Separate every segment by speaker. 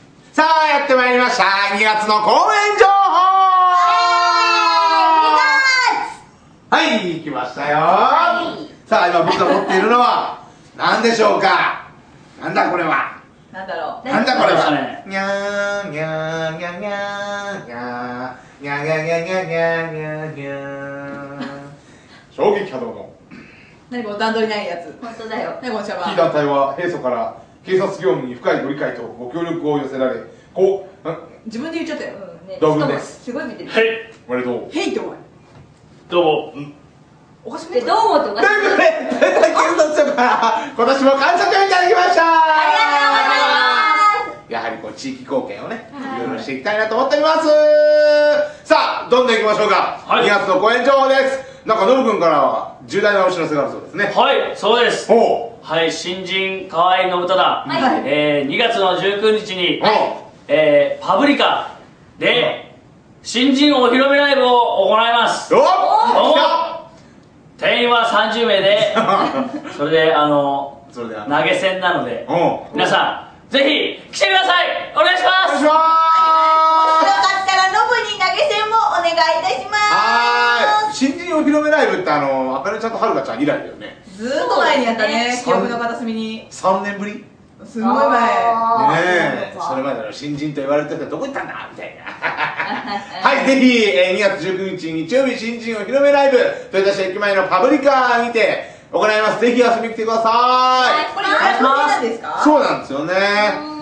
Speaker 1: ってまいりました2月の公演情報はい、来ましたよ、さあ、今僕が持っているのは何でしょうかなんだこれは
Speaker 2: なんだろう。
Speaker 1: なんだこれ
Speaker 3: 何で
Speaker 1: はにゃーんにゃーんにゃーんにゃーんにゃーんにゃーんにゃーんにゃーんにゃーんにゃーんにゃーんにゃーん衝撃波動の
Speaker 2: 何この段取りないやつ。
Speaker 4: 本当だよ
Speaker 2: 何このシャ
Speaker 1: 非
Speaker 2: バ。
Speaker 1: 団体は平素から警察業務に深いご理解とご協力を寄せられこうあ
Speaker 2: 自分で言っちゃったよ。
Speaker 4: うんね
Speaker 1: ドブです
Speaker 4: しかもすごい見てる
Speaker 3: はい、
Speaker 1: おめでとう
Speaker 2: ヘイってお前。
Speaker 3: どうも。うん
Speaker 2: おかしくな
Speaker 4: で
Speaker 2: い
Speaker 4: どうもとか
Speaker 1: ということで、大体警察署から今年も完食をいただきました
Speaker 4: ありがとうございま
Speaker 1: やはりこう地域貢献をね、
Speaker 4: はい
Speaker 1: いろいろしていきたいなと思っておりますさあ、どんどんいきましょうか、
Speaker 3: はい
Speaker 1: 2月の公演情報ですなんかノブ君からは重大なお知らせがあるそうですね
Speaker 3: はい、そうです。
Speaker 1: ほ
Speaker 3: はい、新人河合信忠、
Speaker 4: はい
Speaker 3: えー、2月の19日に、
Speaker 1: は
Speaker 3: えー、パブリカで、新人お披露目ライブを行います
Speaker 1: うおっ
Speaker 3: お
Speaker 1: 来
Speaker 3: 定員は30名で それであの
Speaker 1: たそれでは
Speaker 3: 投げ銭なので
Speaker 1: おお
Speaker 3: 皆さんぜひ来てくださいお願いし
Speaker 1: お願い
Speaker 3: ま
Speaker 1: し
Speaker 3: す
Speaker 4: よ
Speaker 1: ます
Speaker 4: かったらノブに投げ銭もお願いいたしま
Speaker 1: はーい新人お披露目ライブってあのあかねちゃんとはるかちゃん以来だよね
Speaker 2: ずーっと前にやったね
Speaker 4: そ。う
Speaker 2: 記憶の片隅に。
Speaker 1: 3年ぶり
Speaker 2: すごい前。
Speaker 4: あー
Speaker 1: ねえ
Speaker 4: そうか
Speaker 1: それまでの新人と言われてたどこ行ったんだみたいな はいぜひ、えー2月19日日曜日新人お披露目ライブ豊田市駅前のパブリカにて行いますぜひ遊びに来てください、
Speaker 2: これ予約制なんですか
Speaker 1: そうなんですよね、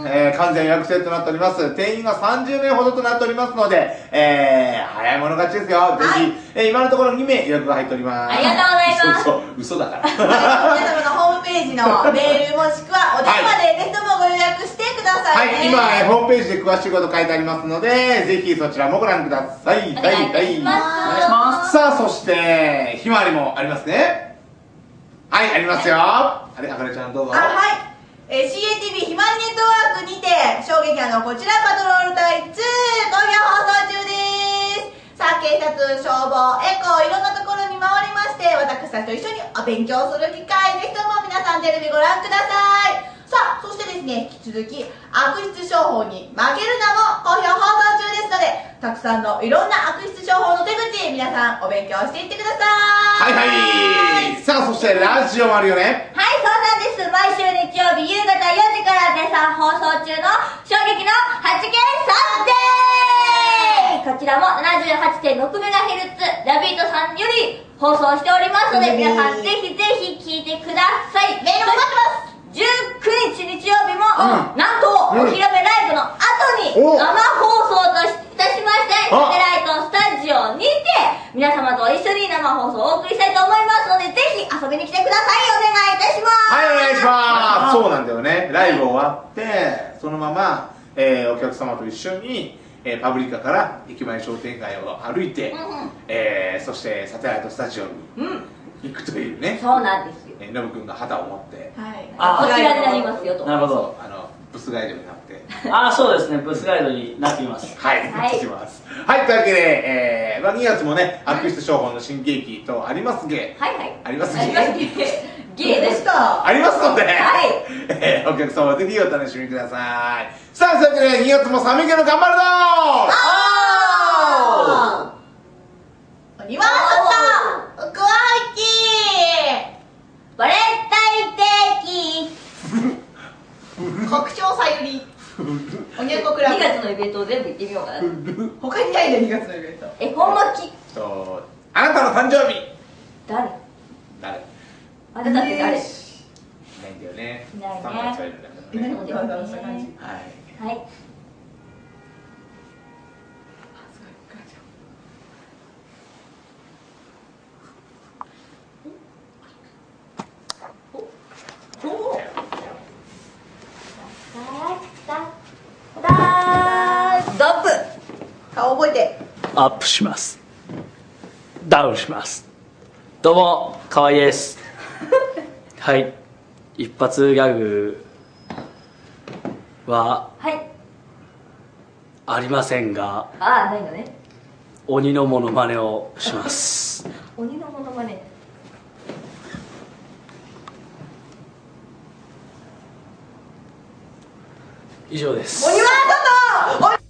Speaker 1: えー完全予約制となっております定員が30名ほどとなっておりますので、えー早い者勝ちですよ、ぜひ、えー今のところ2名予約が入っております
Speaker 4: ありがとうございま す
Speaker 1: そうそう嘘だから
Speaker 4: 皆様のホームページのメールもしくはお電話でぜひともご予約してくださ
Speaker 1: はい
Speaker 4: ね、
Speaker 1: い、今、えーホームページで詳しいこと書いてありますので、ぜひそちらもご覧ください。
Speaker 4: お願いいたします
Speaker 1: は
Speaker 3: お願いしま
Speaker 1: さあ、そして、ひまわりもありますね。はい、ありますよ。あれ、あかねちゃんどうぞ。
Speaker 4: あはい、えー、CATV ひまわりネットワークにて衝撃波のこちらパトロール隊2好評放送中ですさあ警察消防エコーいろんなところに回りまして私たちと一緒にお勉強する機会ぜひとも皆さんテレビご覧くださいさあそしてですね引き続き悪質商法に負けるなも好評放送中ですのでたくさんのいろんな悪質商法の手口皆さんお勉強していってくださ
Speaker 1: はいいはい。さあ、そして、ラジオもあるよね。
Speaker 5: はい、そうなんです。毎週日曜日夕方4時から絶賛放送中の衝撃の 8K サンデーこちらも 78.6MHz ラビートさんより放送しておりますので、皆さんぜひぜひ聞いてください。メールも待ってます !19 日日曜日も、
Speaker 1: うん
Speaker 5: なんと、
Speaker 1: う
Speaker 5: お
Speaker 1: ん
Speaker 5: 披露目ライブの後に生
Speaker 1: お
Speaker 5: 放送としいたしまして、サテ
Speaker 1: あ
Speaker 5: ライトスタジオにて、皆様と一緒に生放送をお送りしたいと思いますので、ぜひ遊びに来てください。お願いいたします。
Speaker 1: はい、お願いしま
Speaker 3: あ
Speaker 1: す。そうなんだよね。ライブ終わって、そのまま、えーお客様と一緒に、えーパブリカから駅前商店街を歩いて、えーそしてサテライトスタジオに行くというね、
Speaker 5: そうなんですよ。
Speaker 1: えーノブ君が旗を持って、
Speaker 2: はい。
Speaker 3: あ
Speaker 5: こちらになりますよと。
Speaker 3: なるほど
Speaker 1: あのブスガイドになって、
Speaker 3: ああそうですねブスガイドになっています
Speaker 1: はい、
Speaker 5: はい
Speaker 1: 行ってきます。はい、というわけで、えーまあ、2月もね、悪質商法の新喜劇とありますげ、
Speaker 5: はいはい。
Speaker 1: あります
Speaker 5: あり
Speaker 1: げ、
Speaker 5: ますね。 ゲーで
Speaker 2: で
Speaker 5: し。
Speaker 2: したた。
Speaker 1: ありますので、
Speaker 5: はい
Speaker 1: えーお客様ぜひお楽しみくださいさあそれでは2月も寒いけど頑張るぞ
Speaker 4: あーリワーサさん、クワイキ
Speaker 5: バレンタインデー期
Speaker 4: ー、国章さゆり、おにゃこクラブ
Speaker 5: 2、月のイベントを全部行ってみようかな。
Speaker 2: 他にないね、2月のイベント。
Speaker 5: え、ほんまき、
Speaker 1: とあなたの誕生日
Speaker 5: 誰
Speaker 1: 誰い
Speaker 5: あなたって
Speaker 2: え
Speaker 5: 誰は
Speaker 2: ー
Speaker 1: ないんだよね
Speaker 5: いないね
Speaker 1: サムがいるんだけ
Speaker 2: え
Speaker 1: どね
Speaker 2: 何このダンスした感じ。
Speaker 1: はい
Speaker 5: い。だードップ
Speaker 4: 顔覚えて、
Speaker 3: アップしますダウンしますどうも河合ですはい一発ギャグは
Speaker 5: はい。
Speaker 3: ありませんが
Speaker 5: ああ、ないのね。
Speaker 3: 鬼のモノマネをします
Speaker 5: 鬼のモノマネ。
Speaker 3: 以上です
Speaker 4: 鬼ワー
Speaker 2: お
Speaker 4: サ
Speaker 2: い